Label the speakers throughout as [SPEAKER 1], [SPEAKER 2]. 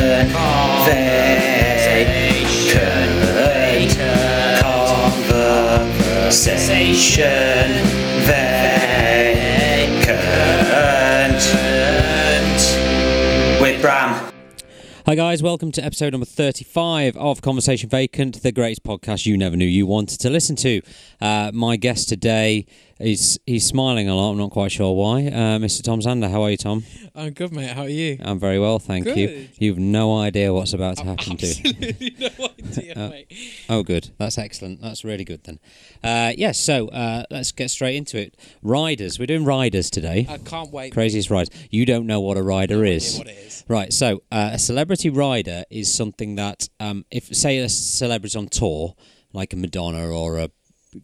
[SPEAKER 1] Conversation. Vacant. Conversation. Vacant. With Bram.
[SPEAKER 2] Hi, guys, welcome to episode number 35 of Conversation Vacant, the greatest podcast you never knew you wanted to listen to. Uh, my guest today is he's smiling a lot, I'm not quite sure why. Uh, Mr. Tom Zander, how are you, Tom?
[SPEAKER 3] I'm good, mate. How are you?
[SPEAKER 2] I'm very well, thank you.
[SPEAKER 3] Good. Oh,
[SPEAKER 2] You've no idea what's about to happen to you.
[SPEAKER 3] Absolutely no idea, mate.
[SPEAKER 2] Oh, good. That's excellent. That's really good then. Uh, yes, so uh, let's get straight into it. Riders. We're doing riders today.
[SPEAKER 3] I can't wait.
[SPEAKER 2] Craziest rides. You don't know what a rider is.
[SPEAKER 3] Uh, what it is.
[SPEAKER 2] Right. So uh, a celebrity rider is something that, um, if say a celebrity's on tour, like a Madonna or a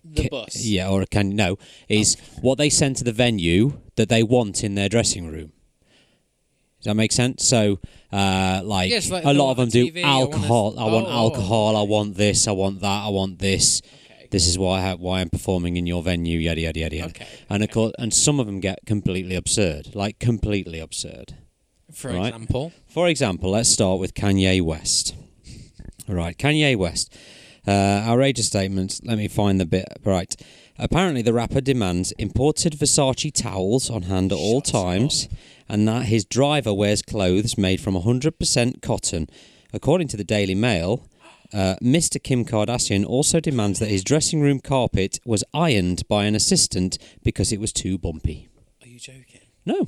[SPEAKER 3] The
[SPEAKER 2] Ki-
[SPEAKER 3] bus. Oh.
[SPEAKER 2] Yeah, or a can no, is what they send to the venue that they want in their dressing room. Does that make sense? So, uh, like,
[SPEAKER 3] Yes, like
[SPEAKER 2] a
[SPEAKER 3] the
[SPEAKER 2] lot
[SPEAKER 3] one
[SPEAKER 2] of them
[SPEAKER 3] on
[SPEAKER 2] do
[SPEAKER 3] TV, I wanna-
[SPEAKER 2] alcohol. I want
[SPEAKER 3] Oh, oh,
[SPEAKER 2] alcohol. I want this. I want that. I want this.
[SPEAKER 3] Okay.
[SPEAKER 2] This is why I have, why I'm performing in your venue. Yada yada yada. yada.
[SPEAKER 3] Okay,
[SPEAKER 2] And of course, and some of them get completely absurd, like completely absurd.
[SPEAKER 3] For
[SPEAKER 2] Right.
[SPEAKER 3] example,
[SPEAKER 2] For example, let's start with Kanye West. All right, Kanye West. Uh, outrageous statements. Let me find the bit. Right. Apparently, the rapper demands imported Versace towels on hand at all
[SPEAKER 3] Shut
[SPEAKER 2] times and that his driver wears clothes made from 100% cotton. According to the Daily Mail, uh, Mr. Kim Kardashian also demands that his dressing room carpet was ironed by an assistant because it was too bumpy.
[SPEAKER 3] are you joking?
[SPEAKER 2] No.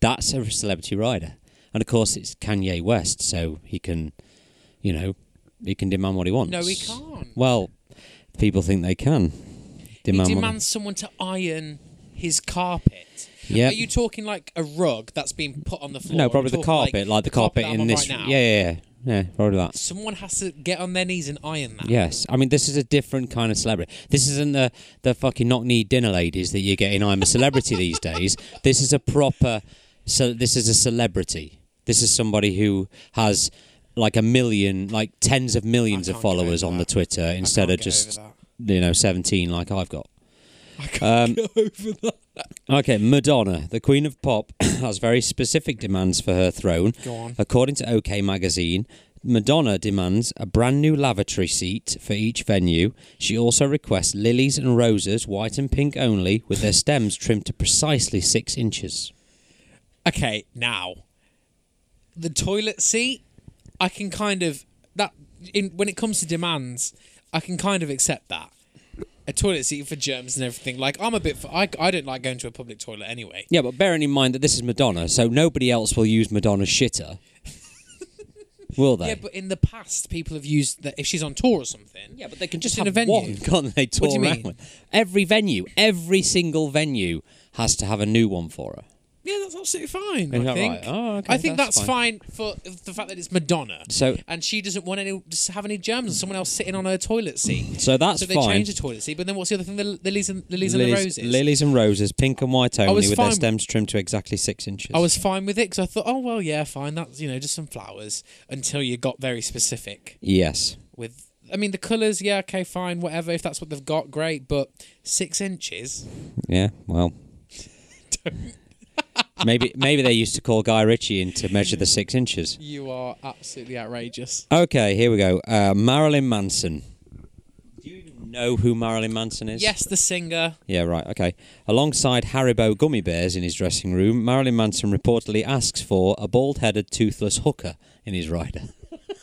[SPEAKER 2] That's a celebrity rider. And of course, it's Kanye West, so he can, you know, he can demand what he wants.
[SPEAKER 3] No, he can't.
[SPEAKER 2] Well, people think they can demand.
[SPEAKER 3] he
[SPEAKER 2] what-
[SPEAKER 3] demands someone to iron his carpet.
[SPEAKER 2] Yep.
[SPEAKER 3] Are you talking like a rug that's been put on the floor?
[SPEAKER 2] no,
[SPEAKER 3] Are
[SPEAKER 2] probably
[SPEAKER 3] you
[SPEAKER 2] the
[SPEAKER 3] talking
[SPEAKER 2] carpet, like, the carpet,
[SPEAKER 3] that I'm
[SPEAKER 2] in
[SPEAKER 3] on
[SPEAKER 2] this.
[SPEAKER 3] Right now?
[SPEAKER 2] Yeah, yeah, yeah, yeah, probably that.
[SPEAKER 3] Someone has to get on their knees and iron that.
[SPEAKER 2] Yes, I mean this is a different kind of celebrity. This isn't the the fucking knock knee dinner ladies that you get in I'm a Celebrity these days. This is a proper. So this is a celebrity. This is somebody who has like a million, like tens of millions of
[SPEAKER 3] can't get over
[SPEAKER 2] followers on the
[SPEAKER 3] that.
[SPEAKER 2] Twitter instead
[SPEAKER 3] can't
[SPEAKER 2] of
[SPEAKER 3] get
[SPEAKER 2] just
[SPEAKER 3] over
[SPEAKER 2] you know seventeen like I've got. Um,
[SPEAKER 3] I can't get over that.
[SPEAKER 2] Okay, Madonna, the queen of pop, has very specific demands for her throne.
[SPEAKER 3] Go on.
[SPEAKER 2] According to OK Magazine, Madonna demands a brand new lavatory seat for each venue. She also requests lilies and roses, white and pink only, with their stems trimmed to precisely six inches.
[SPEAKER 3] Okay, now the toilet seat, I can kind of that in when it comes to demands, I can kind of accept that. A toilet seat for germs and everything. Like I'm a bit. For, I I don't like going to a public toilet anyway.
[SPEAKER 2] Yeah, but bearing in mind that this is Madonna, so nobody else will use Madonna's shitter. will they?
[SPEAKER 3] Yeah, but in the past, people have used that if she's on tour or something.
[SPEAKER 2] Yeah, but they can just
[SPEAKER 3] in
[SPEAKER 2] have
[SPEAKER 3] a venue.
[SPEAKER 2] one, can't they? Tour
[SPEAKER 3] What do you
[SPEAKER 2] around
[SPEAKER 3] mean?
[SPEAKER 2] with. Every venue, every single venue has to have a new one for her.
[SPEAKER 3] Yeah, that's absolutely fine.
[SPEAKER 2] Is
[SPEAKER 3] I
[SPEAKER 2] that
[SPEAKER 3] think.
[SPEAKER 2] right? Oh, okay,
[SPEAKER 3] I think
[SPEAKER 2] that's
[SPEAKER 3] that's, fine. for the fact that it's Madonna.
[SPEAKER 2] So-
[SPEAKER 3] and she doesn't want any just have any germs and someone else sitting on her toilet seat.
[SPEAKER 2] So that's
[SPEAKER 3] so they
[SPEAKER 2] fine.
[SPEAKER 3] change the toilet seat. But then what's the other thing? The li- lilies and lilies, and the roses.
[SPEAKER 2] lilies and roses, pink and white only,
[SPEAKER 3] was
[SPEAKER 2] with their
[SPEAKER 3] fine-
[SPEAKER 2] stems trimmed to exactly six inches.
[SPEAKER 3] I was fine with it because I thought, oh well, yeah, fine. That's you know just some flowers until you got very specific
[SPEAKER 2] Yes.
[SPEAKER 3] with. I mean, the colours, yeah, okay, fine, whatever. If that's what they've got, great. But six inches,
[SPEAKER 2] Yeah. Well. maybe maybe they used to call Guy Ritchie in to measure the six inches.
[SPEAKER 3] you are absolutely outrageous.
[SPEAKER 2] Okay, here we go. Uh, Marilyn Manson. Do you know who Marilyn Manson is?
[SPEAKER 3] Yes, the singer.
[SPEAKER 2] Yeah, right. Okay. Alongside Haribo gummy bears in his dressing room, Marilyn Manson reportedly asks for a bald-headed, toothless hooker in his rider.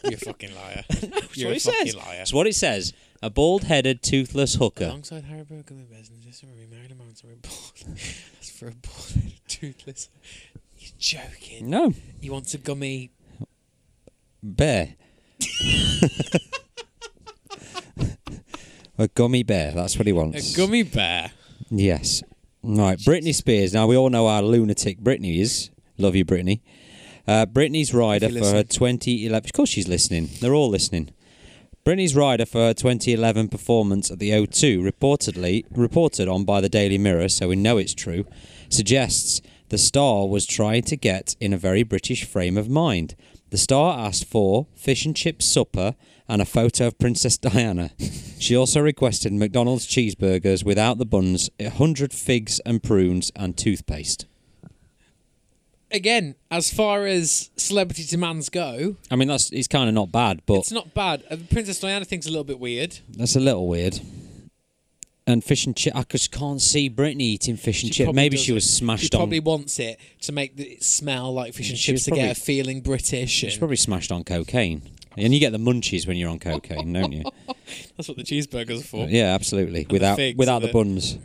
[SPEAKER 3] You're a fucking liar.
[SPEAKER 2] That's
[SPEAKER 3] You're
[SPEAKER 2] what
[SPEAKER 3] a
[SPEAKER 2] it
[SPEAKER 3] fucking
[SPEAKER 2] says.
[SPEAKER 3] liar.
[SPEAKER 2] That's what it says. A bald-headed, toothless hooker.
[SPEAKER 3] Alongside Harry Broke and Bez and Jessica Marie married a man to a bald. That's for a bald toothless. You're joking.
[SPEAKER 2] No,
[SPEAKER 3] You want a gummy?
[SPEAKER 2] bear. a gummy bear. That's what he
[SPEAKER 3] A
[SPEAKER 2] wants.
[SPEAKER 3] gummy bear.
[SPEAKER 2] Yes. Right. Britney Spears. Now we all know how lunatic Britney is. Love you, Britney. Uh, Britney's rider
[SPEAKER 3] If
[SPEAKER 2] for
[SPEAKER 3] you
[SPEAKER 2] her
[SPEAKER 3] listen.
[SPEAKER 2] 2011. Of course, she's listening. They're all listening. Britney's rider for her 2011 performance at the O2, reportedly reported on by the Daily Mirror, so we know it's true, suggests the star was trying to get in a very British frame of mind. The star asked for fish and chips supper and a photo of Princess Diana. She also requested McDonald's cheeseburgers without the buns, 100 figs and prunes, and toothpaste.
[SPEAKER 3] again, as far as celebrity demands go,
[SPEAKER 2] I mean, that's it's kind of not bad, but
[SPEAKER 3] it's not bad. Uh, The Princess Diana thing's a little bit weird.
[SPEAKER 2] that's a little weird. And fish and chip. I just can't see Britney eating fish and chip.
[SPEAKER 3] probably
[SPEAKER 2] Maybe she
[SPEAKER 3] doesn't.
[SPEAKER 2] was
[SPEAKER 3] She
[SPEAKER 2] smashed on.
[SPEAKER 3] probably wants it to make the, it smell like fish and
[SPEAKER 2] She was
[SPEAKER 3] chips to
[SPEAKER 2] probably-
[SPEAKER 3] get her feeling British.
[SPEAKER 2] She's
[SPEAKER 3] And,
[SPEAKER 2] probably smashed on cocaine. And you get the munchies when you're on cocaine, don't you?
[SPEAKER 3] that's what the cheeseburgers are for.
[SPEAKER 2] Yeah, absolutely. without
[SPEAKER 3] figs,
[SPEAKER 2] without Oh. the
[SPEAKER 3] but-
[SPEAKER 2] buns.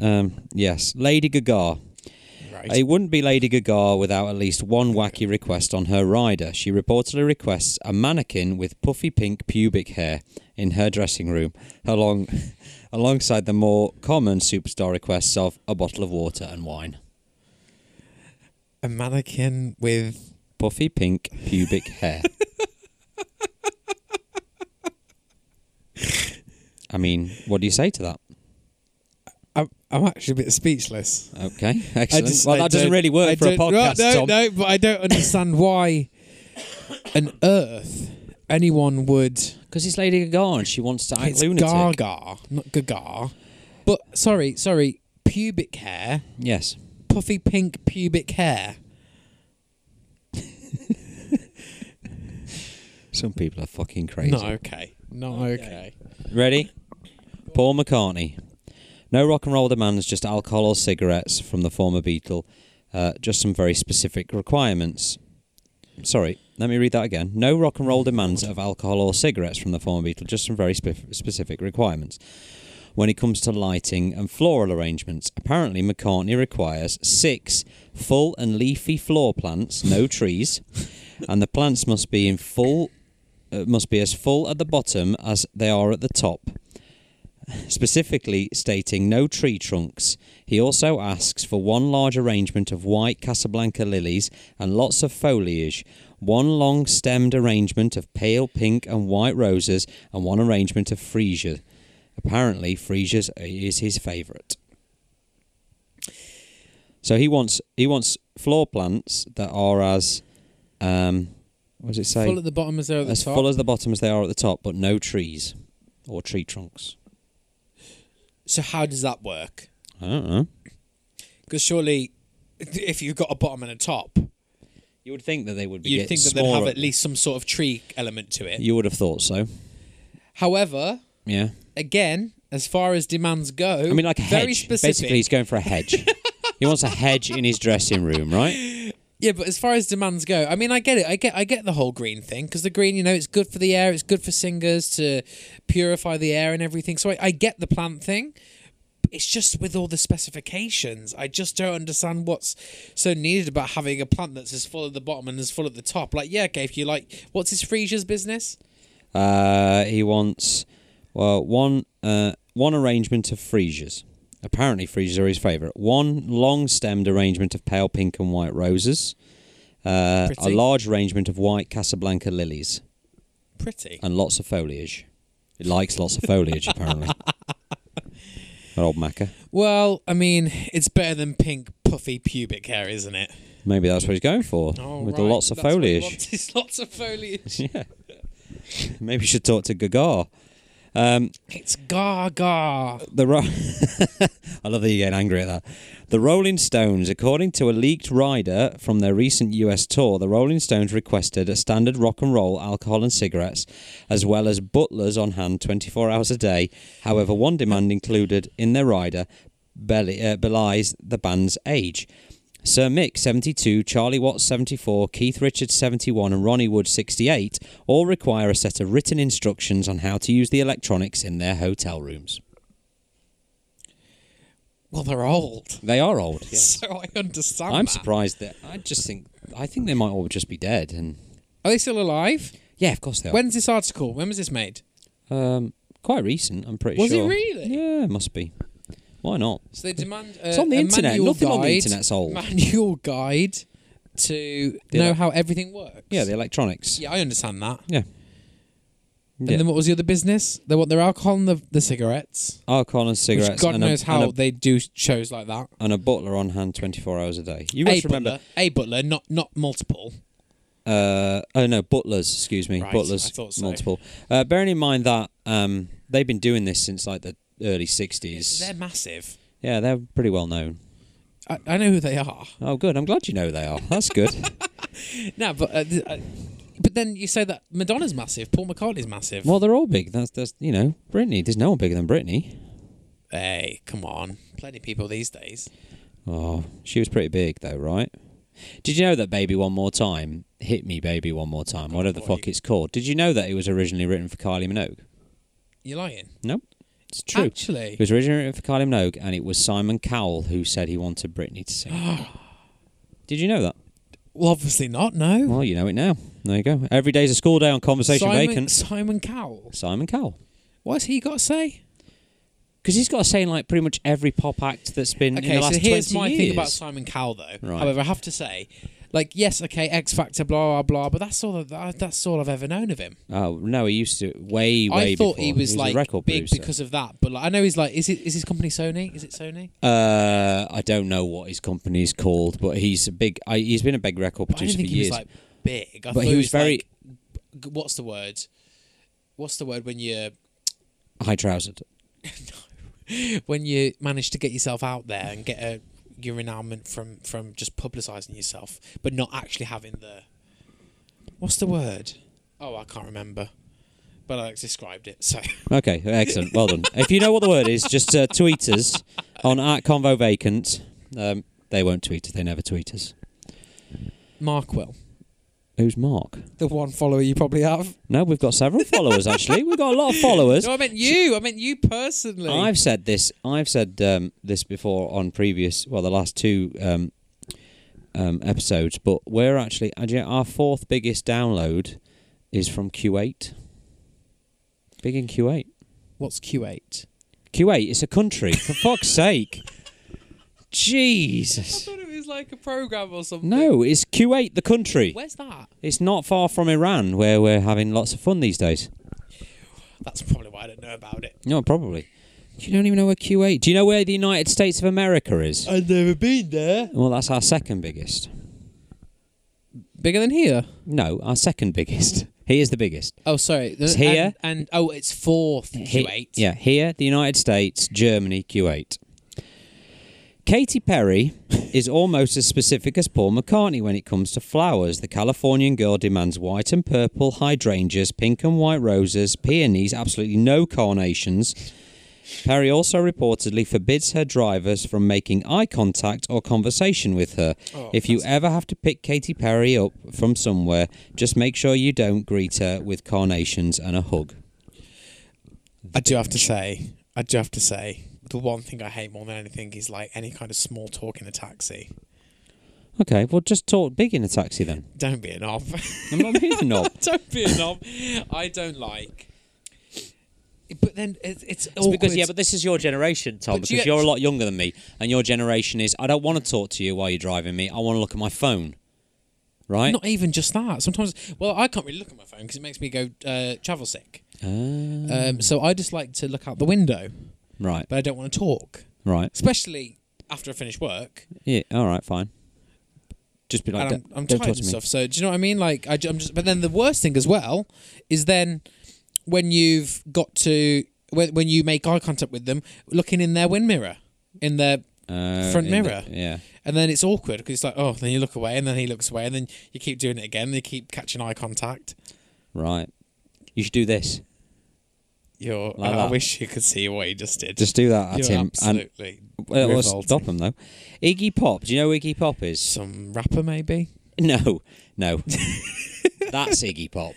[SPEAKER 2] Um, yes, Lady Gaga.
[SPEAKER 3] Right.
[SPEAKER 2] It wouldn't be Lady Gaga without at least one wacky request on her rider. She reportedly requests a mannequin with puffy pink pubic hair in her dressing room, along alongside the more common superstar requests of a bottle of water and wine.
[SPEAKER 3] a mannequin with
[SPEAKER 2] Puffy pink pubic hair. I mean, what do you say to that?
[SPEAKER 3] I'm, I'm actually a bit speechless.
[SPEAKER 2] Okay,
[SPEAKER 3] I
[SPEAKER 2] excellent.
[SPEAKER 3] just-
[SPEAKER 2] well,
[SPEAKER 3] I
[SPEAKER 2] that doesn't
[SPEAKER 3] don't-
[SPEAKER 2] really work
[SPEAKER 3] I
[SPEAKER 2] for a
[SPEAKER 3] don't-
[SPEAKER 2] podcast,
[SPEAKER 3] No,
[SPEAKER 2] Tom.
[SPEAKER 3] no, but I don't understand why on earth anyone would.
[SPEAKER 2] Because it's Lady Gaga and she wants to act
[SPEAKER 3] It's
[SPEAKER 2] lunatic.
[SPEAKER 3] Gaga, not Gaga. But sorry, sorry, pubic hair,
[SPEAKER 2] Yes.
[SPEAKER 3] puffy pink pubic hair.
[SPEAKER 2] Some people are fucking crazy.
[SPEAKER 3] Not okay. Not okay.
[SPEAKER 2] Ready? Paul McCartney. No rock and roll demands, just alcohol or cigarettes from the former Beatle. Uh, just some very specific requirements. Sorry, let me read that again. No rock and roll demands of alcohol or cigarettes from the former Beatle, just some very spe- specific requirements. When it comes to lighting and floral arrangements, apparently McCartney requires six full and leafy floor plants, no trees, and the plants must be in full uh, must be as full at the bottom as they are at the top. Specifically stating no tree trunks. He also asks for one large arrangement of white Casablanca lilies and lots of foliage, one long stemmed arrangement of pale pink and white roses, and one arrangement of freesia. Apparently, freesias is his favourite. So he wants he wants floor plants that are as um, what does it say?
[SPEAKER 3] Full at the bottom as though at the
[SPEAKER 2] as
[SPEAKER 3] top.
[SPEAKER 2] full as the bottom as they are at the top, but no trees or tree trunks.
[SPEAKER 3] so how does that work?
[SPEAKER 2] I don't know.
[SPEAKER 3] Because surely, if you've got a bottom and a top,
[SPEAKER 2] You would think that they would be.
[SPEAKER 3] you'd
[SPEAKER 2] getting
[SPEAKER 3] think that they'd have
[SPEAKER 2] smaller.
[SPEAKER 3] at least some sort of tree element to it.
[SPEAKER 2] You would have thought so.
[SPEAKER 3] However,
[SPEAKER 2] Yeah.
[SPEAKER 3] again, as far as demands go,
[SPEAKER 2] I mean, like a
[SPEAKER 3] very
[SPEAKER 2] hedge.
[SPEAKER 3] specific.
[SPEAKER 2] Basically, he's going for a hedge. he wants a hedge in his dressing room, right?
[SPEAKER 3] Yeah, but as far as demands go, I mean, I get it. I get, I get the whole green thing because the green, you know, it's good for the air. It's good for singers to purify the air and everything. So I, I get the plant thing. It's just with all the specifications, I just don't understand what's so needed about having a plant that's as full at the bottom and as full at the top. Like, yeah, okay, if you like, what's his freesia's business?
[SPEAKER 2] Uh, he wants well one uh, one arrangement of freesias. Apparently, freesias are his favourite. One long-stemmed arrangement of pale pink and white roses. Uh, a
[SPEAKER 3] Pretty.
[SPEAKER 2] large arrangement of white Casablanca lilies.
[SPEAKER 3] Pretty.
[SPEAKER 2] and lots of foliage. It likes lots of foliage, apparently. An old macker.
[SPEAKER 3] Well, I mean, it's better than pink puffy pubic hair, isn't it?
[SPEAKER 2] Maybe that's what he's going for
[SPEAKER 3] Oh,
[SPEAKER 2] with the
[SPEAKER 3] right,
[SPEAKER 2] lots of
[SPEAKER 3] that's what he
[SPEAKER 2] foliage.
[SPEAKER 3] wants, is lots of foliage.
[SPEAKER 2] Yeah. Maybe you should talk to Gaga. Um,
[SPEAKER 3] It's gaga.
[SPEAKER 2] the ro- I love that you get angry at that. The Rolling Stones, according to a leaked rider from their recent US tour, the Rolling Stones requested a standard rock and roll, alcohol and cigarettes, as well as butlers on hand 24 hours a day. However, one demand included in their rider belly, uh, belies the band's age. Sir Mick, 72, Charlie Watts, 74, Keith Richards, 71, and Ronnie Wood, 68, all require a set of written instructions on how to use the electronics in their hotel rooms.
[SPEAKER 3] Well, they're old.
[SPEAKER 2] They are old.
[SPEAKER 3] So I understand.
[SPEAKER 2] I'm
[SPEAKER 3] that.
[SPEAKER 2] surprised that I just think I think they might all just be dead. And
[SPEAKER 3] Are they still alive?
[SPEAKER 2] yeah, of course they are.
[SPEAKER 3] When's this article? When was this made?
[SPEAKER 2] um, quite recent, I'm pretty
[SPEAKER 3] Was it
[SPEAKER 2] sure.
[SPEAKER 3] really?
[SPEAKER 2] Yeah, it must be. Why not?
[SPEAKER 3] So they demand. Uh,
[SPEAKER 2] It's on the
[SPEAKER 3] a
[SPEAKER 2] internet.
[SPEAKER 3] Manual
[SPEAKER 2] Nothing
[SPEAKER 3] guide,
[SPEAKER 2] on the internet's old.
[SPEAKER 3] Manual guide to
[SPEAKER 2] The
[SPEAKER 3] know
[SPEAKER 2] ele-
[SPEAKER 3] how everything works.
[SPEAKER 2] Yeah, the electronics.
[SPEAKER 3] yeah, I understand that.
[SPEAKER 2] Yeah. Yeah.
[SPEAKER 3] And then what was the other business? They want their alcohol and the, the cigarettes.
[SPEAKER 2] Alcohol and
[SPEAKER 3] Which
[SPEAKER 2] cigarettes.
[SPEAKER 3] God
[SPEAKER 2] and
[SPEAKER 3] knows
[SPEAKER 2] a,
[SPEAKER 3] how
[SPEAKER 2] And
[SPEAKER 3] they do shows like that.
[SPEAKER 2] a, and a butler on hand 24 hours a day. You
[SPEAKER 3] A
[SPEAKER 2] guys remember?
[SPEAKER 3] butler, a butler, not not multiple.
[SPEAKER 2] Uh, oh no, butlers. Excuse me,
[SPEAKER 3] Right,
[SPEAKER 2] butlers.
[SPEAKER 3] I thought so.
[SPEAKER 2] Multiple. Uh, bearing in mind that um, they've been doing this since like the early 60s.
[SPEAKER 3] They're massive.
[SPEAKER 2] yeah, they're pretty well known.
[SPEAKER 3] I, I know who they are.
[SPEAKER 2] Oh, good. I'm glad you know they are. That's good.
[SPEAKER 3] No, but uh, th- uh, but then you say that Madonna's massive, Paul McCartney's massive.
[SPEAKER 2] well, they're all big. That's that's you know, Britney. There's no one bigger than Britney.
[SPEAKER 3] Hey, come on, plenty of people these days.
[SPEAKER 2] Oh, she was pretty big though, right? Did you know that "Baby One More Time" hit me, "Baby One More Time," whatever the
[SPEAKER 3] boy.
[SPEAKER 2] fuck it's called? Did you know that it was originally written for Kylie Minogue?
[SPEAKER 3] You're lying.
[SPEAKER 2] No, it's true.
[SPEAKER 3] Actually,
[SPEAKER 2] It was originally written for Kylie Minogue, and it was Simon Cowell who said he wanted Britney to sing. it. Did you know that?
[SPEAKER 3] well, obviously not. No.
[SPEAKER 2] Well, you know it now. There you go. Every day's a school day on Conversation
[SPEAKER 3] Simon,
[SPEAKER 2] Vacant.
[SPEAKER 3] Simon Cowell.
[SPEAKER 2] Simon Cowell.
[SPEAKER 3] What's he got to say?
[SPEAKER 2] Because he's got a say in like pretty much every pop act that's been in
[SPEAKER 3] Okay,
[SPEAKER 2] the last
[SPEAKER 3] so here's
[SPEAKER 2] 20
[SPEAKER 3] my
[SPEAKER 2] years.
[SPEAKER 3] thing about Simon Cowell, though.
[SPEAKER 2] Right.
[SPEAKER 3] However, I have to say, like, yes, okay, X Factor, blah blah blah, but that's all that, that's all I've ever known of him.
[SPEAKER 2] Oh no, he used to way way.
[SPEAKER 3] I thought
[SPEAKER 2] before.
[SPEAKER 3] he was
[SPEAKER 2] a
[SPEAKER 3] like
[SPEAKER 2] record
[SPEAKER 3] big
[SPEAKER 2] producer.
[SPEAKER 3] because of that, but like, I know he's like, is it is his company Sony? Is it Sony?
[SPEAKER 2] uh, I don't know what his company is called, but he's a big. I, he's been a big record
[SPEAKER 3] But I
[SPEAKER 2] producer for
[SPEAKER 3] didn't think he
[SPEAKER 2] years.
[SPEAKER 3] was like big. I
[SPEAKER 2] But
[SPEAKER 3] thought
[SPEAKER 2] he was very-
[SPEAKER 3] like, g- what's the word? What's the word when you
[SPEAKER 2] High trousered.
[SPEAKER 3] when you manage to get yourself out there and get a, your renownment from from just publicising yourself, but not actually having the what's the word? Oh, I can't remember. But Alex described it, so
[SPEAKER 2] Okay, excellent. Well done. if you know what the word is, just uh, tweet us on at convo vacant. Um, they won't tweet us. They never tweet us.
[SPEAKER 3] Mark will
[SPEAKER 2] Who's Mark?
[SPEAKER 3] the one follower you probably have.
[SPEAKER 2] No, we've got several followers. Actually, we've got a lot of followers.
[SPEAKER 3] No, I meant you. I meant you personally.
[SPEAKER 2] I've said this. I've said um, this before on previous, well, the last two um, um, episodes. But we're actually and yet our fourth biggest download is from Q8. Big in Q8.
[SPEAKER 3] What's Q eight?
[SPEAKER 2] Q8. It's a country. For fuck's sake. Jesus.
[SPEAKER 3] thought it was like a program or something.
[SPEAKER 2] No, it's Q8, the country.
[SPEAKER 3] Where's that?
[SPEAKER 2] It's not far from Iran, where we're having lots of fun these days.
[SPEAKER 3] That's probably why I don't know about it.
[SPEAKER 2] No, probably. You don't even know where Q8. Do you know where the United States of America is?
[SPEAKER 3] I've never been there.
[SPEAKER 2] Well, that's our second biggest.
[SPEAKER 3] Bigger than here.
[SPEAKER 2] No, our second biggest. He is the biggest.
[SPEAKER 3] Oh, sorry. It's
[SPEAKER 2] here.
[SPEAKER 3] And, and- oh, it's fourth
[SPEAKER 2] He-
[SPEAKER 3] Q eight.
[SPEAKER 2] Yeah, here, the United States, Germany, Q8. Katy Perry is almost as specific as Paul McCartney when it comes to flowers. The Californian girl demands white and purple hydrangeas, pink and white roses, peonies, absolutely no carnations. Perry also reportedly forbids her drivers from making eye contact or conversation with her.
[SPEAKER 3] Oh,
[SPEAKER 2] if you ever have to pick Katy Perry up from somewhere, just make sure you don't greet her with carnations and a hug.
[SPEAKER 3] I do have to say, I do have to say, the one thing I hate more than anything is like any kind of small talk in a taxi.
[SPEAKER 2] Okay, well, just talk big in a taxi then.
[SPEAKER 3] Don't be a knob.
[SPEAKER 2] I'm not being a knob.
[SPEAKER 3] don't be a knob. I don't like. But then it's, it's,
[SPEAKER 2] It's
[SPEAKER 3] awkward.
[SPEAKER 2] because yeah, but this is your generation, Tom.
[SPEAKER 3] But you
[SPEAKER 2] because
[SPEAKER 3] get-
[SPEAKER 2] you, are a lot younger than me, and your generation is I don't want to talk to you while you're driving me. I want to look at my phone, right?
[SPEAKER 3] not even just that. Sometimes, well, I can't really look at my phone because it makes me go uh, travel sick.
[SPEAKER 2] Ah,
[SPEAKER 3] Um, so I just like to look out the window,
[SPEAKER 2] right,
[SPEAKER 3] but I don't want to talk,
[SPEAKER 2] right.
[SPEAKER 3] especially after I finish work.
[SPEAKER 2] Yeah, all right, fine. Just be like,
[SPEAKER 3] and I'm,
[SPEAKER 2] "Don't-
[SPEAKER 3] I'm
[SPEAKER 2] don't
[SPEAKER 3] tired
[SPEAKER 2] talk
[SPEAKER 3] and
[SPEAKER 2] to me."
[SPEAKER 3] stuff. So do you know what I mean? Like I, am just. But then the worst thing as well is then when you've got to when when you make eye contact with them, looking in their wind mirror, in their
[SPEAKER 2] Uh,
[SPEAKER 3] front
[SPEAKER 2] in the-
[SPEAKER 3] mirror.
[SPEAKER 2] yeah.
[SPEAKER 3] and then it's awkward because it's like oh, then you look away, and then he looks away, and then you keep doing it again. And you keep catching eye contact.
[SPEAKER 2] Right. You should do this.
[SPEAKER 3] You're.
[SPEAKER 2] Like
[SPEAKER 3] I
[SPEAKER 2] that.
[SPEAKER 3] wish you could see what he just did.
[SPEAKER 2] Just do that at
[SPEAKER 3] You're
[SPEAKER 2] him. And, uh,
[SPEAKER 3] absolutely.
[SPEAKER 2] well, well,
[SPEAKER 3] revolting.
[SPEAKER 2] stop him though. Iggy Pop. Do you know who Iggy Pop is?
[SPEAKER 3] Some rapper maybe.
[SPEAKER 2] No, no. That's Iggy Pop.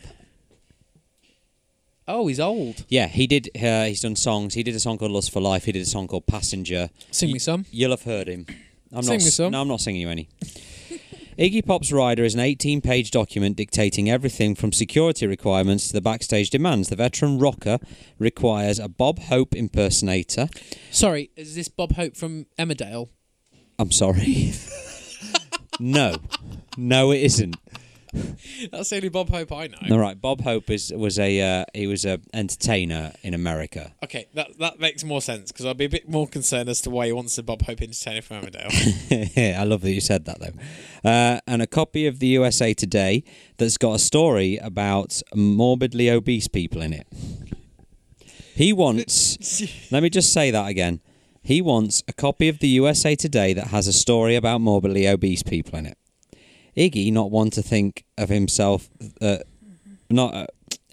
[SPEAKER 3] Oh, he's old.
[SPEAKER 2] Yeah, he did. Uh, he's done songs. He did a song called "Lust for Life." He did a song called "Passenger."
[SPEAKER 3] Sing me some.
[SPEAKER 2] You'll have heard him. I'm
[SPEAKER 3] Sing
[SPEAKER 2] not.
[SPEAKER 3] me
[SPEAKER 2] s-
[SPEAKER 3] some.
[SPEAKER 2] No, I'm not singing you any. Iggy Pop's rider is an 18-page document dictating everything from security requirements to the backstage demands. The veteran rocker requires a Bob Hope impersonator.
[SPEAKER 3] Sorry, is this Bob Hope from Emmerdale?
[SPEAKER 2] I'm sorry. no, no, it isn't.
[SPEAKER 3] That's the only Bob Hope I know.
[SPEAKER 2] All right, Bob Hope is was a uh, he was a entertainer in America.
[SPEAKER 3] Okay, that that makes more sense because I'd be a bit more concerned as to why he wants the Bob Hope entertainer from Emmerdale.
[SPEAKER 2] I love that you said that though. Uh, and a copy of the USA Today that's got a story about morbidly obese people in it. He wants. let me just say that again. He wants a copy of the USA Today that has a story about morbidly obese people in it. Iggy not one to think of himself. Uh, not uh,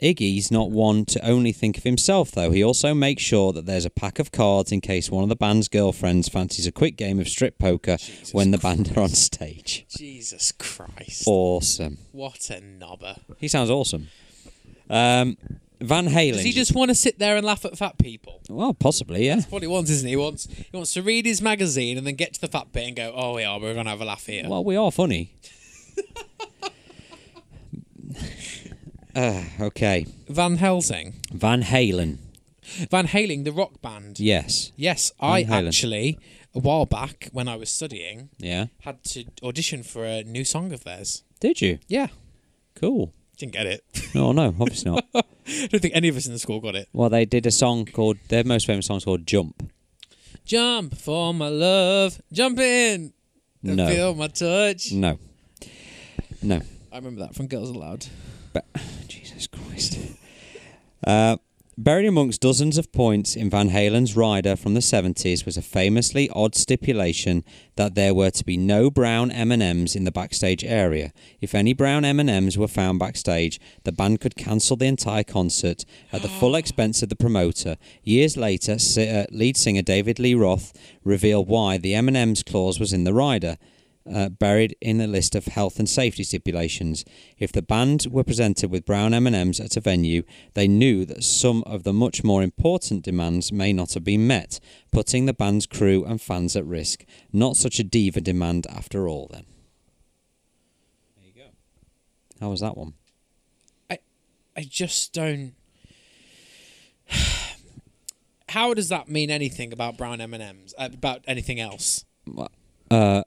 [SPEAKER 2] Iggy's not one to only think of himself though. He also makes sure that there's a pack of cards in case one of the band's girlfriends fancies a quick game of strip poker when the band are on stage.
[SPEAKER 3] Jesus Christ.
[SPEAKER 2] Awesome.
[SPEAKER 3] What a knobber.
[SPEAKER 2] He sounds awesome. Um, Van Halen.
[SPEAKER 3] Does he just want to sit there and laugh at fat people?
[SPEAKER 2] Well, possibly, yeah.
[SPEAKER 3] That's what he wants, isn't he? He wants he wants to read his magazine and then get to the fat bit and go, "Oh, we are. We're gonna have a laugh here."
[SPEAKER 2] Well, we are funny. uh, okay.
[SPEAKER 3] Van Helsing,
[SPEAKER 2] Van Halen.
[SPEAKER 3] Van Halen, the rock band.
[SPEAKER 2] Yes.
[SPEAKER 3] Yes, I
[SPEAKER 2] Van Halen.
[SPEAKER 3] actually a while back when I was studying
[SPEAKER 2] Yeah.
[SPEAKER 3] had to audition for a new song of theirs.
[SPEAKER 2] Did you?
[SPEAKER 3] Yeah,
[SPEAKER 2] Cool.
[SPEAKER 3] didn't get it.
[SPEAKER 2] No, no, obviously not.
[SPEAKER 3] I don't think any of us in the school got it.
[SPEAKER 2] Well, they did a song called their most famous song's called "Jump."
[SPEAKER 3] Jump for my love, jump in. and
[SPEAKER 2] No. Mm.
[SPEAKER 3] Feel my touch.
[SPEAKER 2] No. No.
[SPEAKER 3] I remember that from Girls Aloud.
[SPEAKER 2] But Jesus Christ. Uh, buried amongst dozens of points in Van Halen's rider from the 70s was a famously odd stipulation that there were to be no brown M&Ms in the backstage area. If any brown M&Ms were found backstage, the band could cancel the entire concert at the full expense of the promoter. Years later, si- uh, lead singer David Lee Roth revealed why the M&Ms clause was in the rider uh, buried in the list of health and safety stipulations. If the band were presented with brown M&Ms at a venue, they knew that some of the much more important demands may not have been met, putting the band's crew and fans at risk. Not such a diva demand after all, then. There you go. How was that one?
[SPEAKER 3] I just don't. How does that mean anything about brown M and M's? uh, About anything else?
[SPEAKER 2] Uh,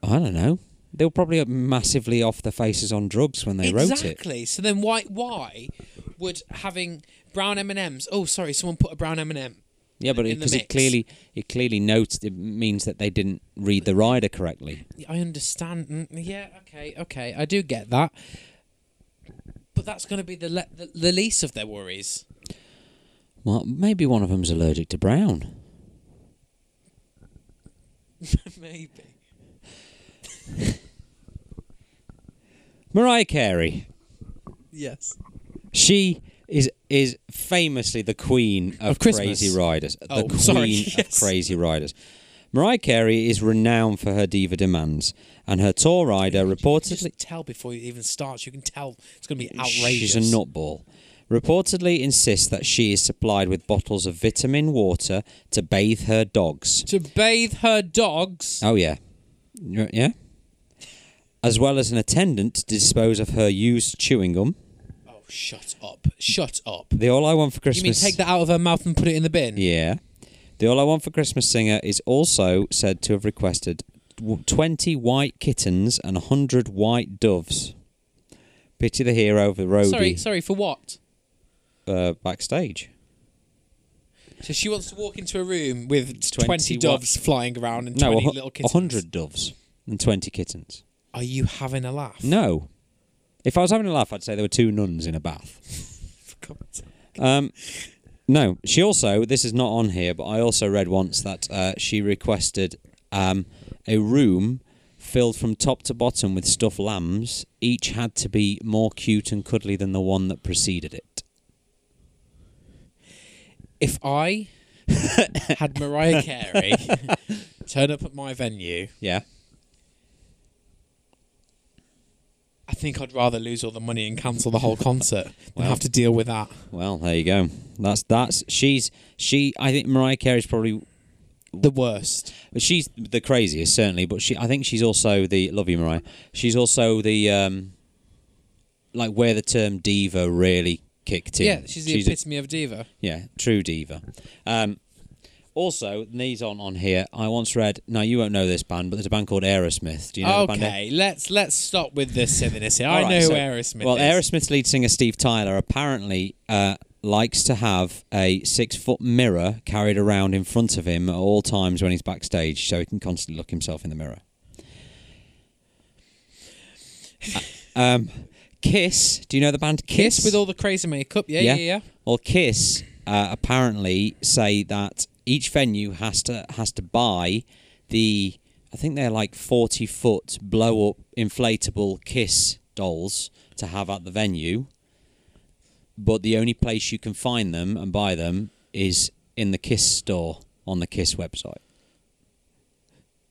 [SPEAKER 2] I don't know. They were probably massively off their faces on drugs when they wrote it.
[SPEAKER 3] exactly. So then why why would having brown M and M's? Oh, sorry, someone put a brown M and M.
[SPEAKER 2] Yeah, but
[SPEAKER 3] in the
[SPEAKER 2] because it
[SPEAKER 3] mix.
[SPEAKER 2] clearly it clearly notes it means that they didn't read the rider correctly.
[SPEAKER 3] I understand. Mm, Yeah, okay, okay, I do get that. But that's going to be the, le- the the least of their worries.
[SPEAKER 2] Well, maybe one of them's allergic to brown.
[SPEAKER 3] Maybe.
[SPEAKER 2] Mariah Carey.
[SPEAKER 3] Yes.
[SPEAKER 2] She is is famously the queen of,
[SPEAKER 3] Of Christmas.
[SPEAKER 2] crazy riders. The
[SPEAKER 3] Oh,
[SPEAKER 2] queen
[SPEAKER 3] sorry,
[SPEAKER 2] of
[SPEAKER 3] yes.
[SPEAKER 2] crazy riders. Mariah Carey is renowned for her diva demands, and her tour rider
[SPEAKER 3] Just
[SPEAKER 2] reportedly
[SPEAKER 3] tell before you even start. You can tell it's going to be outrageous.
[SPEAKER 2] She's a nutball. Reportedly insists that she is supplied with bottles of vitamin water to bathe her dogs.
[SPEAKER 3] To bathe her dogs.
[SPEAKER 2] Oh yeah, Y- yeah. As well as an attendant to dispose of her used chewing gum.
[SPEAKER 3] Oh, shut up! Shut up!
[SPEAKER 2] The all I want for
[SPEAKER 3] You mean
[SPEAKER 2] Christmas.
[SPEAKER 3] take that out of her mouth and put it in the bin?
[SPEAKER 2] Yeah. The All I Want for Christmas singer is also said to have requested w- 20 white kittens and 100 white doves. Pity the hero of the roadie
[SPEAKER 3] Sorry, sorry for what?
[SPEAKER 2] Uh, backstage.
[SPEAKER 3] So she wants to walk into a room with
[SPEAKER 2] 20
[SPEAKER 3] twenty,
[SPEAKER 2] what?
[SPEAKER 3] doves flying around and
[SPEAKER 2] No,
[SPEAKER 3] twenty
[SPEAKER 2] a,
[SPEAKER 3] little
[SPEAKER 2] hu-
[SPEAKER 3] kittens.
[SPEAKER 2] 100 doves and 20 kittens.
[SPEAKER 3] Are you having a laugh?
[SPEAKER 2] No. If I was having a laugh, I'd say there were two nuns in a bath.
[SPEAKER 3] For God's sake.
[SPEAKER 2] Um, no, she also. This is not on here, but I also read once that uh, she requested um, a room filled from top to bottom with stuffed lambs. Each had to be more cute and cuddly than the one that preceded it.
[SPEAKER 3] If I had Mariah Carey turn up at my venue,
[SPEAKER 2] Yeah.
[SPEAKER 3] I think I'd rather lose all the money and cancel the whole concert than have to deal with that.
[SPEAKER 2] Well, there you go. That's that's she's she. I think Mariah Carey's probably
[SPEAKER 3] The worst.
[SPEAKER 2] she's the craziest certainly, but she I think she's also the love you Mariah. She's also the um, like where the term diva really kicked in.
[SPEAKER 3] Yeah, she's the
[SPEAKER 2] a-
[SPEAKER 3] epitome of diva.
[SPEAKER 2] Yeah, true diva. Um, also, these aren't on here. I once read. Now you won't know this band, but there's a band called Aerosmith. Do you know the band?
[SPEAKER 3] okay, let's let's stop with this silliness here.
[SPEAKER 2] All
[SPEAKER 3] I
[SPEAKER 2] right,
[SPEAKER 3] know
[SPEAKER 2] so-
[SPEAKER 3] who Aerosmith
[SPEAKER 2] Well,
[SPEAKER 3] is.
[SPEAKER 2] Aerosmith's lead singer Steve Tyler apparently uh, likes to have a six-foot mirror carried around in front of him at all times when he's backstage, so he can constantly look himself in the mirror. Uh, um, Kiss. Do you know the band Kiss?
[SPEAKER 3] Kiss with all the crazy makeup. Yeah, yeah, yeah.
[SPEAKER 2] Well, Kiss uh, apparently say that each venue has to has to buy the I think they're like forty foot blow up inflatable kiss dolls to have at the venue. But the only place you can find them and buy them is in the Kiss store on the Kiss website.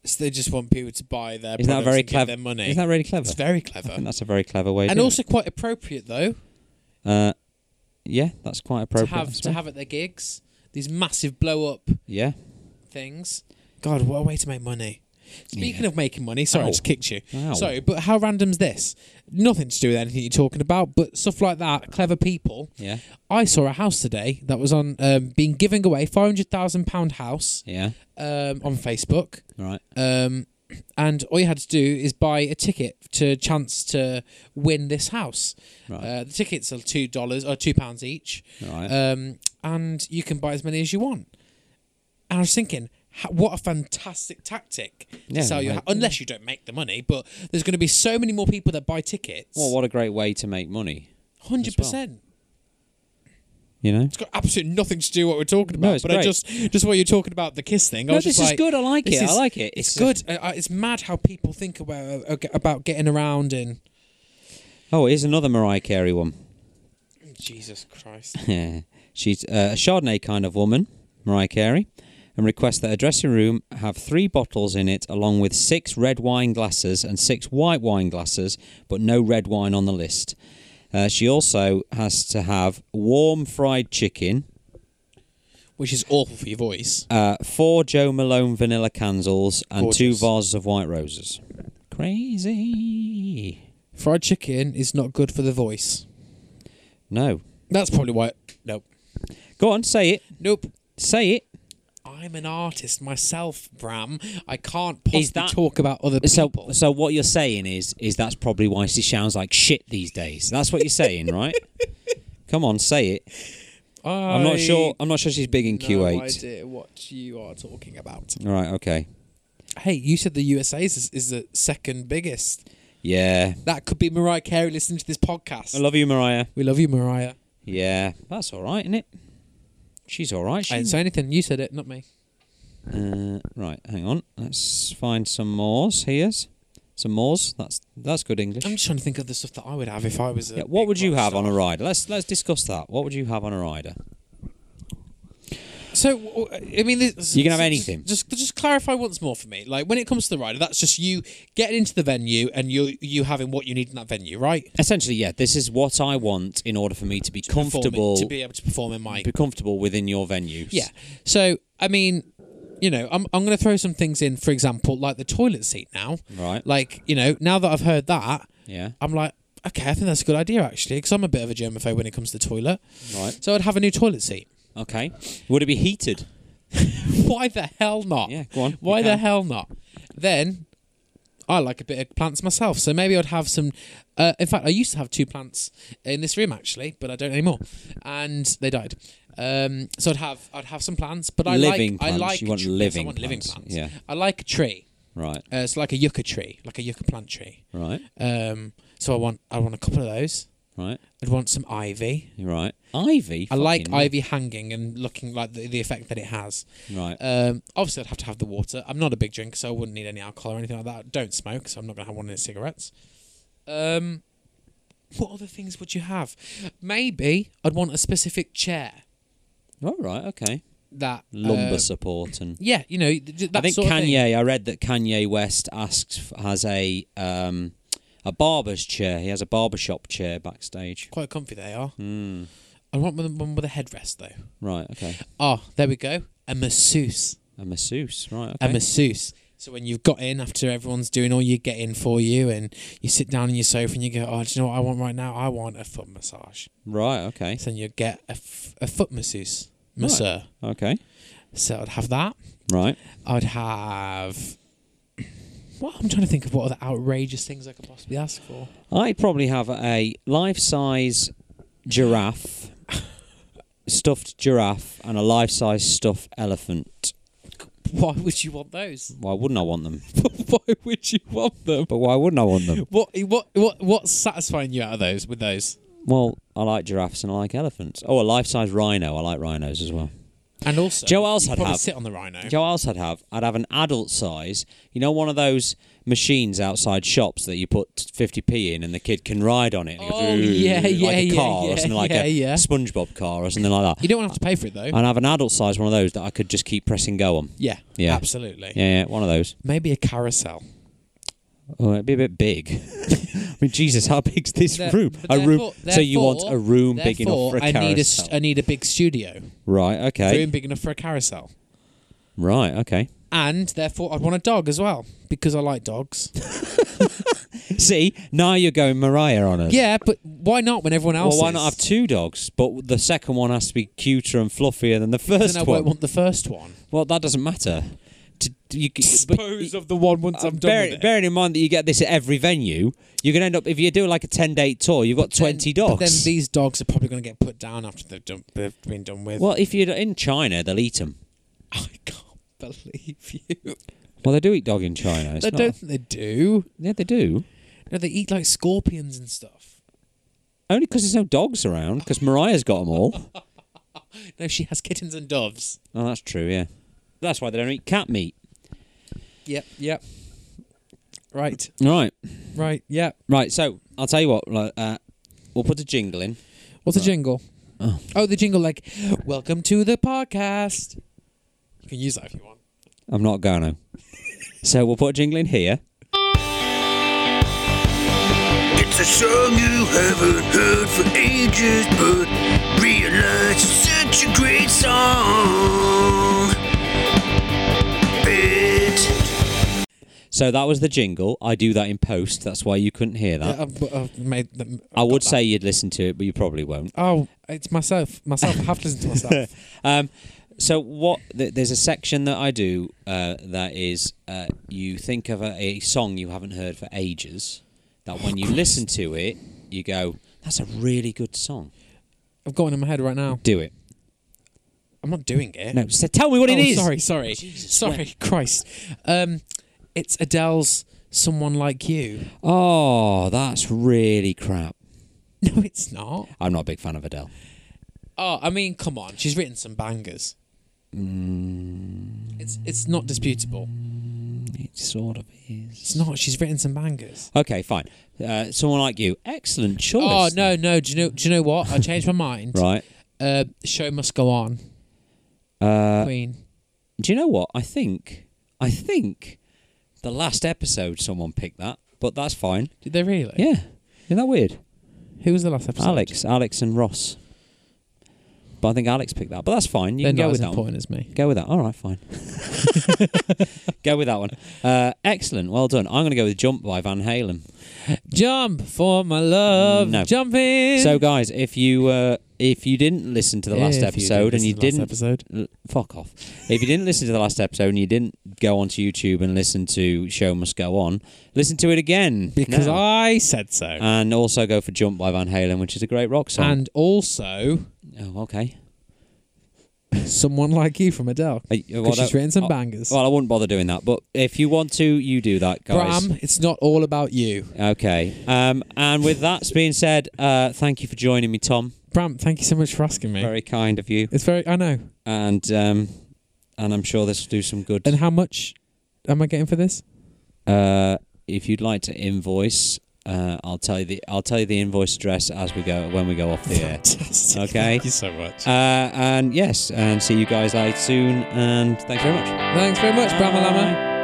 [SPEAKER 3] So they just want people to buy their
[SPEAKER 2] Isn't that
[SPEAKER 3] products
[SPEAKER 2] very
[SPEAKER 3] and get
[SPEAKER 2] clever?
[SPEAKER 3] their money.
[SPEAKER 2] Isn't that really clever?
[SPEAKER 3] It's very
[SPEAKER 2] I think
[SPEAKER 3] clever.
[SPEAKER 2] that's a very clever way. of
[SPEAKER 3] And
[SPEAKER 2] doing
[SPEAKER 3] also quite appropriate though
[SPEAKER 2] it. uh, yeah, that's quite
[SPEAKER 3] to
[SPEAKER 2] appropriate. I
[SPEAKER 3] have to
[SPEAKER 2] suppose.
[SPEAKER 3] have at their gigs these massive blow up
[SPEAKER 2] yeah,
[SPEAKER 3] things. God, what a way to make money. Speaking of making money, sorry,
[SPEAKER 2] Ow.
[SPEAKER 3] I just kicked you.
[SPEAKER 2] Ow.
[SPEAKER 3] Sorry, but how random's this? Nothing to do with anything you're talking about, but stuff like that, clever people.
[SPEAKER 2] yeah,
[SPEAKER 3] I saw a house today that was on um, being giving away five hundred thousand pound house
[SPEAKER 2] yeah.
[SPEAKER 3] um, on Facebook,
[SPEAKER 2] Right.
[SPEAKER 3] um, and all you had to do is buy a ticket to chance to win this house.
[SPEAKER 2] Right.
[SPEAKER 3] Uh, the tickets are two dollars or two pounds each,
[SPEAKER 2] Right.
[SPEAKER 3] um, and you can buy as many as you want. And I was thinking, ha- what a fantastic tactic to
[SPEAKER 2] Yeah,
[SPEAKER 3] sell your
[SPEAKER 2] like-
[SPEAKER 3] hou- unless you don't make the money. But there's going to be so many more people that buy tickets.
[SPEAKER 2] well, Oh, what a great way to make money.
[SPEAKER 3] hundred percent.
[SPEAKER 2] You know.
[SPEAKER 3] It's got absolutely nothing to do with what we're talking
[SPEAKER 2] No,
[SPEAKER 3] about.
[SPEAKER 2] it's
[SPEAKER 3] but I
[SPEAKER 2] great.
[SPEAKER 3] just just what you're talking about the kiss thing. I
[SPEAKER 2] No,
[SPEAKER 3] was just
[SPEAKER 2] this is
[SPEAKER 3] like,
[SPEAKER 2] good. I like it.
[SPEAKER 3] this
[SPEAKER 2] I
[SPEAKER 3] is-
[SPEAKER 2] like it. It's
[SPEAKER 3] It's,
[SPEAKER 2] a-
[SPEAKER 3] good. Uh, uh, it's mad how people think about uh, about getting around and
[SPEAKER 2] Oh, here's another Mariah Carey one.
[SPEAKER 3] Jesus Christ.
[SPEAKER 2] She's uh, a Chardonnay kind of woman, Mariah Carey, and requests that her dressing room have three bottles in it, along with six red wine glasses and six white wine glasses, but no red wine on the list. Uh, she also has to have warm fried chicken,
[SPEAKER 3] Which is awful for your voice.
[SPEAKER 2] uh, four Joe Malone vanilla candles, and two
[SPEAKER 3] Gorgeous.
[SPEAKER 2] vases of white roses. Crazy.
[SPEAKER 3] Fried chicken is not good for the voice.
[SPEAKER 2] No.
[SPEAKER 3] That's probably why. Nope.
[SPEAKER 2] Go on, say it.
[SPEAKER 3] Nope.
[SPEAKER 2] Say it.
[SPEAKER 3] I'm an artist myself, Bram. I can't possibly
[SPEAKER 2] Is that-
[SPEAKER 3] talk about other
[SPEAKER 2] So,
[SPEAKER 3] people.
[SPEAKER 2] so what you're saying is, is that's probably why she sounds like shit these days. That's what you're saying, right? Come on, say it. I'm not sure. I'm not sure she's big in
[SPEAKER 3] No
[SPEAKER 2] Q8.
[SPEAKER 3] idea what you are talking about.
[SPEAKER 2] All right. Okay.
[SPEAKER 3] Hey, you said the USA is, is the second biggest.
[SPEAKER 2] Yeah.
[SPEAKER 3] That could be Mariah Carey listening to this podcast.
[SPEAKER 2] I love you, Mariah.
[SPEAKER 3] we love you, Mariah.
[SPEAKER 2] Yeah. That's all right, isn't it? She's all right.
[SPEAKER 3] I
[SPEAKER 2] She,
[SPEAKER 3] didn't say anything. You said it, not me.
[SPEAKER 2] uh, right. Hang on. Let's find some mores. Here's some mores. That's that's good English.
[SPEAKER 3] I'm just trying to think of the stuff that I would have if I was a.
[SPEAKER 2] Yeah, what
[SPEAKER 3] big
[SPEAKER 2] would you
[SPEAKER 3] rock
[SPEAKER 2] have on a
[SPEAKER 3] star.
[SPEAKER 2] rider? Let's let's discuss that. What would you have on a rider?
[SPEAKER 3] So, w- w- I mean, this,
[SPEAKER 2] You can have
[SPEAKER 3] just-
[SPEAKER 2] anything.
[SPEAKER 3] Just, just clarify once more for me. Like when it comes to the rider, that's just you getting into the venue and you you having what you need in that venue, right?
[SPEAKER 2] Essentially, yeah. This is what I want in order for me to be
[SPEAKER 3] Performing-
[SPEAKER 2] comfortable
[SPEAKER 3] to be able to perform in my
[SPEAKER 2] be comfortable within your venues.
[SPEAKER 3] Yeah. So I mean, you know, I'm I'm going to throw some things in. For example, like the toilet seat now.
[SPEAKER 2] Right.
[SPEAKER 3] Like you know, now that I've heard that,
[SPEAKER 2] Yeah.
[SPEAKER 3] I'm like, okay, I think that's a good idea actually, because I'm a bit of a germaphobe when it comes to the toilet.
[SPEAKER 2] Right.
[SPEAKER 3] So I'd have a new toilet seat.
[SPEAKER 2] Okay. Would it be heated?
[SPEAKER 3] Why the hell not?
[SPEAKER 2] Yeah, go on, you
[SPEAKER 3] Why the
[SPEAKER 2] can.
[SPEAKER 3] hell not? Then. I like a bit of plants myself, so maybe I'd have some. Uh, in fact, I used to have two plants in this room actually, but I don't anymore, and they died. Um, so I'd have I'd have some plants, but I
[SPEAKER 2] Living
[SPEAKER 3] like I
[SPEAKER 2] plants.
[SPEAKER 3] like
[SPEAKER 2] You want
[SPEAKER 3] tr- yes,
[SPEAKER 2] living
[SPEAKER 3] I want living
[SPEAKER 2] plants.
[SPEAKER 3] plants.
[SPEAKER 2] Yeah.
[SPEAKER 3] I like a tree.
[SPEAKER 2] Right.
[SPEAKER 3] Uh, it's like a yucca tree, like a yucca plant tree.
[SPEAKER 2] Right.
[SPEAKER 3] Um, so I want I want a couple of those.
[SPEAKER 2] Right.
[SPEAKER 3] I'd want some ivy.
[SPEAKER 2] You're right. Ivy.
[SPEAKER 3] I like
[SPEAKER 2] Fucking-
[SPEAKER 3] ivy hanging and looking like the, the effect that it has.
[SPEAKER 2] Right.
[SPEAKER 3] Um, obviously, I'd have to have the water. I'm not a big drinker, so I wouldn't need any alcohol or anything like that. I don't smoke, so I'm not going to have one of the cigarettes. Um, what other things would you have? Maybe I'd want a specific chair
[SPEAKER 2] All right. Okay.
[SPEAKER 3] that uh,
[SPEAKER 2] Lumbar support and.
[SPEAKER 3] yeah, you know, th- th- that
[SPEAKER 2] I think
[SPEAKER 3] sort of thing.
[SPEAKER 2] Kanye. I read that Kanye West asks f- has a um, a barber's chair. He has a barbershop chair backstage. Hmm.
[SPEAKER 3] Quite comfy they are. I want one one with a headrest though.
[SPEAKER 2] Right. Okay.
[SPEAKER 3] Oh, there we go. A masseuse.
[SPEAKER 2] A masseuse. Right.
[SPEAKER 3] A
[SPEAKER 2] Okay.
[SPEAKER 3] masseuse. So when you've got in after everyone's doing all you get in for you, and you sit down on your sofa and you go, "Oh, do you know what I want right now? I want a foot massage."
[SPEAKER 2] right. Okay.
[SPEAKER 3] So then you get a, f- a foot masseuse, masseur.
[SPEAKER 2] Okay.
[SPEAKER 3] So I'd have that.
[SPEAKER 2] Right.
[SPEAKER 3] I'd have. Well, I'm trying to think of what other outrageous things I could possibly ask for.
[SPEAKER 2] I probably have a life-size giraffe, stuffed giraffe, and a life-size stuffed elephant.
[SPEAKER 3] Why would you want those?
[SPEAKER 2] Why wouldn't I want them?
[SPEAKER 3] Why would you want them?
[SPEAKER 2] But why wouldn't I want them?
[SPEAKER 3] What what what what's satisfying you out of those with those?
[SPEAKER 2] Well, I like giraffes and I like elephants. Oh, a life-size rhino. I like rhinos as well.
[SPEAKER 3] And also,
[SPEAKER 2] Joe else
[SPEAKER 3] you'd
[SPEAKER 2] had
[SPEAKER 3] probably
[SPEAKER 2] have-
[SPEAKER 3] sit on the rhino.
[SPEAKER 2] You know what else I'd have? I'd have an adult size. You know, one of those machines outside shops that you put 50p in and the kid can ride on it. and it goes,
[SPEAKER 3] Oh,
[SPEAKER 2] "Ooh,"
[SPEAKER 3] yeah, yeah,
[SPEAKER 2] Like a
[SPEAKER 3] yeah,
[SPEAKER 2] car
[SPEAKER 3] yeah,
[SPEAKER 2] or something like
[SPEAKER 3] yeah,
[SPEAKER 2] a
[SPEAKER 3] yeah.
[SPEAKER 2] SpongeBob car or something like
[SPEAKER 3] you
[SPEAKER 2] that.
[SPEAKER 3] don't want to have to pay for it though.
[SPEAKER 2] And I'd have an adult size one of those that I could just keep pressing go on.
[SPEAKER 3] yeah,
[SPEAKER 2] Yeah.
[SPEAKER 3] absolutely.
[SPEAKER 2] Yeah, yeah, one of those.
[SPEAKER 3] Maybe a carousel.
[SPEAKER 2] Oh, it'd be a bit big. I mean, Jesus, how big's this
[SPEAKER 3] There-
[SPEAKER 2] room?
[SPEAKER 3] but
[SPEAKER 2] A room.
[SPEAKER 3] therefore-
[SPEAKER 2] so you want
[SPEAKER 3] therefore-
[SPEAKER 2] a room big enough
[SPEAKER 3] therefore,
[SPEAKER 2] for a
[SPEAKER 3] I need a,
[SPEAKER 2] carousel?
[SPEAKER 3] st- I need a big studio.
[SPEAKER 2] right. Okay.
[SPEAKER 3] Room big enough for a carousel.
[SPEAKER 2] Right. Okay.
[SPEAKER 3] And therefore, I'd want a dog as well because I like dogs.
[SPEAKER 2] See, now you're going Mariah on us.
[SPEAKER 3] yeah, but why not when everyone else?
[SPEAKER 2] Well, why not
[SPEAKER 3] is?
[SPEAKER 2] have two dogs? But the second one has to be cuter and fluffier than the
[SPEAKER 3] Then
[SPEAKER 2] first
[SPEAKER 3] I
[SPEAKER 2] one.
[SPEAKER 3] won't want the first one.
[SPEAKER 2] Well, that doesn't matter. To, you, c- but-
[SPEAKER 3] Dispose of the one once I'm done.
[SPEAKER 2] bear,
[SPEAKER 3] with it.
[SPEAKER 2] bearing in mind that you get this at every venue, you're gonna end up if you do like a ten day tour, you've got twenty
[SPEAKER 3] Then-
[SPEAKER 2] dogs.
[SPEAKER 3] But then these dogs are probably going to get put down after they've, done, they've been done with.
[SPEAKER 2] well, if you're in China, they'll eat them.
[SPEAKER 3] I can't believe you.
[SPEAKER 2] Well, they do eat dog in China. It's
[SPEAKER 3] I
[SPEAKER 2] not-
[SPEAKER 3] don't think they do.
[SPEAKER 2] Yeah, they do.
[SPEAKER 3] No, they eat like scorpions and stuff.
[SPEAKER 2] Only because there's no dogs around. Because Mariah's got them all.
[SPEAKER 3] No, she has kittens and doves.
[SPEAKER 2] Oh, that's true. Yeah, that's why they don't eat cat meat.
[SPEAKER 3] Yep, yep. Right,
[SPEAKER 2] Right,
[SPEAKER 3] right, yep.
[SPEAKER 2] right. So I'll tell you what. like, Uh, we'll put a jingle in.
[SPEAKER 3] What's a jingle? Oh. the jingle like, welcome to the podcast. You can use that if you want.
[SPEAKER 2] I'm not gonna. so we'll put a jingle in here.
[SPEAKER 4] It's a song you haven't heard for ages, but realize it's such a great song. It
[SPEAKER 2] So that was the jingle. I do that in post. That's why you couldn't hear that.
[SPEAKER 3] Yeah, I've, but I've made them,
[SPEAKER 2] I
[SPEAKER 3] I've
[SPEAKER 2] would
[SPEAKER 3] got
[SPEAKER 2] say you'd listen to it, but you probably won't.
[SPEAKER 3] that. Oh, it's myself. Myself. I have to listen to myself.
[SPEAKER 2] Um, so what? Th- there's a section that I do uh, that is uh, you think of a, a song you haven't heard for ages. That when you listen to it, you go, "That's a really good song."
[SPEAKER 3] I've got one in my head right now.
[SPEAKER 2] Do it.
[SPEAKER 3] I'm not doing it.
[SPEAKER 2] No, so tell me what it
[SPEAKER 3] Oh,
[SPEAKER 2] is.
[SPEAKER 3] Sorry, sorry, sorry, Christ. Um, it's Adele's "Someone Like You."
[SPEAKER 2] Oh, that's really crap.
[SPEAKER 3] No, it's not.
[SPEAKER 2] I'm not a big fan of Adele.
[SPEAKER 3] Oh, I mean, come on, she's written some bangers. It's it's not disputable.
[SPEAKER 2] It sort of is.
[SPEAKER 3] It's not. She's written some bangers.
[SPEAKER 2] Okay, fine. Uh, someone like you, excellent choice.
[SPEAKER 3] Oh no, no. Do you know? Do you know what? I changed my mind.
[SPEAKER 2] Right.
[SPEAKER 3] Uh, show must go on. Uh, Queen.
[SPEAKER 2] Do you know what? I think I think the last episode someone picked that, but that's fine.
[SPEAKER 3] Did they really?
[SPEAKER 2] Yeah. Isn't that weird?
[SPEAKER 3] Who was the last episode?
[SPEAKER 2] Alex, Alex and Ross. But I think Alex picked that. But that's fine. You
[SPEAKER 3] They're
[SPEAKER 2] can go
[SPEAKER 3] not as
[SPEAKER 2] with that
[SPEAKER 3] important as me.
[SPEAKER 2] one. Go with that. All right, fine. go with that one. Uh, excellent. Well done. I'm going to go with Jump by Van Halen.
[SPEAKER 3] Jump for my love.
[SPEAKER 2] No.
[SPEAKER 3] Jump in.
[SPEAKER 2] So guys, if you uh, if you didn't listen to the last
[SPEAKER 3] If you
[SPEAKER 2] episode and
[SPEAKER 3] listen
[SPEAKER 2] you
[SPEAKER 3] to the last
[SPEAKER 2] didn't
[SPEAKER 3] episode.
[SPEAKER 2] L- fuck off. If you didn't listen to the last episode and you didn't go onto YouTube and listen to Show Must Go On, listen to it again.
[SPEAKER 3] Because
[SPEAKER 2] now.
[SPEAKER 3] I said so.
[SPEAKER 2] And also go for Jump by Van Halen, which is a great rock song.
[SPEAKER 3] and also
[SPEAKER 2] oh, okay.
[SPEAKER 3] someone like you from Adele.
[SPEAKER 2] Uh, well,
[SPEAKER 3] Because she's
[SPEAKER 2] that-
[SPEAKER 3] written some
[SPEAKER 2] uh,
[SPEAKER 3] bangers.
[SPEAKER 2] Well, I wouldn't bother doing that, but if you want to, you do that, guys.
[SPEAKER 3] Bram, it's not all about you.
[SPEAKER 2] Okay. Um, and with that being said, uh, thank you for joining me, Tom.
[SPEAKER 3] Bram, thank you so much for asking me.
[SPEAKER 2] Very kind of you.
[SPEAKER 3] It's very. I know.
[SPEAKER 2] And um, and I'm sure this will do some good.
[SPEAKER 3] And how much am I getting for this?
[SPEAKER 2] Uh, if you'd like to invoice, uh, I'll tell you the I'll tell you the invoice address as we go when we go off the air.
[SPEAKER 3] Fantastic.
[SPEAKER 2] Okay.
[SPEAKER 3] Thank you so much.
[SPEAKER 2] Uh, and yes, and see you guys later soon. And thanks very much.
[SPEAKER 3] Thanks very much, Bram Alama.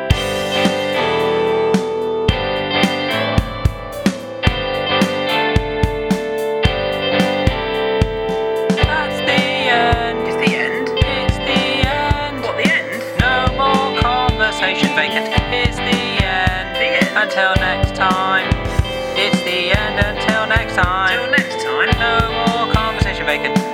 [SPEAKER 5] That's the end. It's the end. It's the end. What the end? No more conversation vacant. It's the end. The end. Until next time. It's the end. Until next time. Until next time. No more conversation vacant.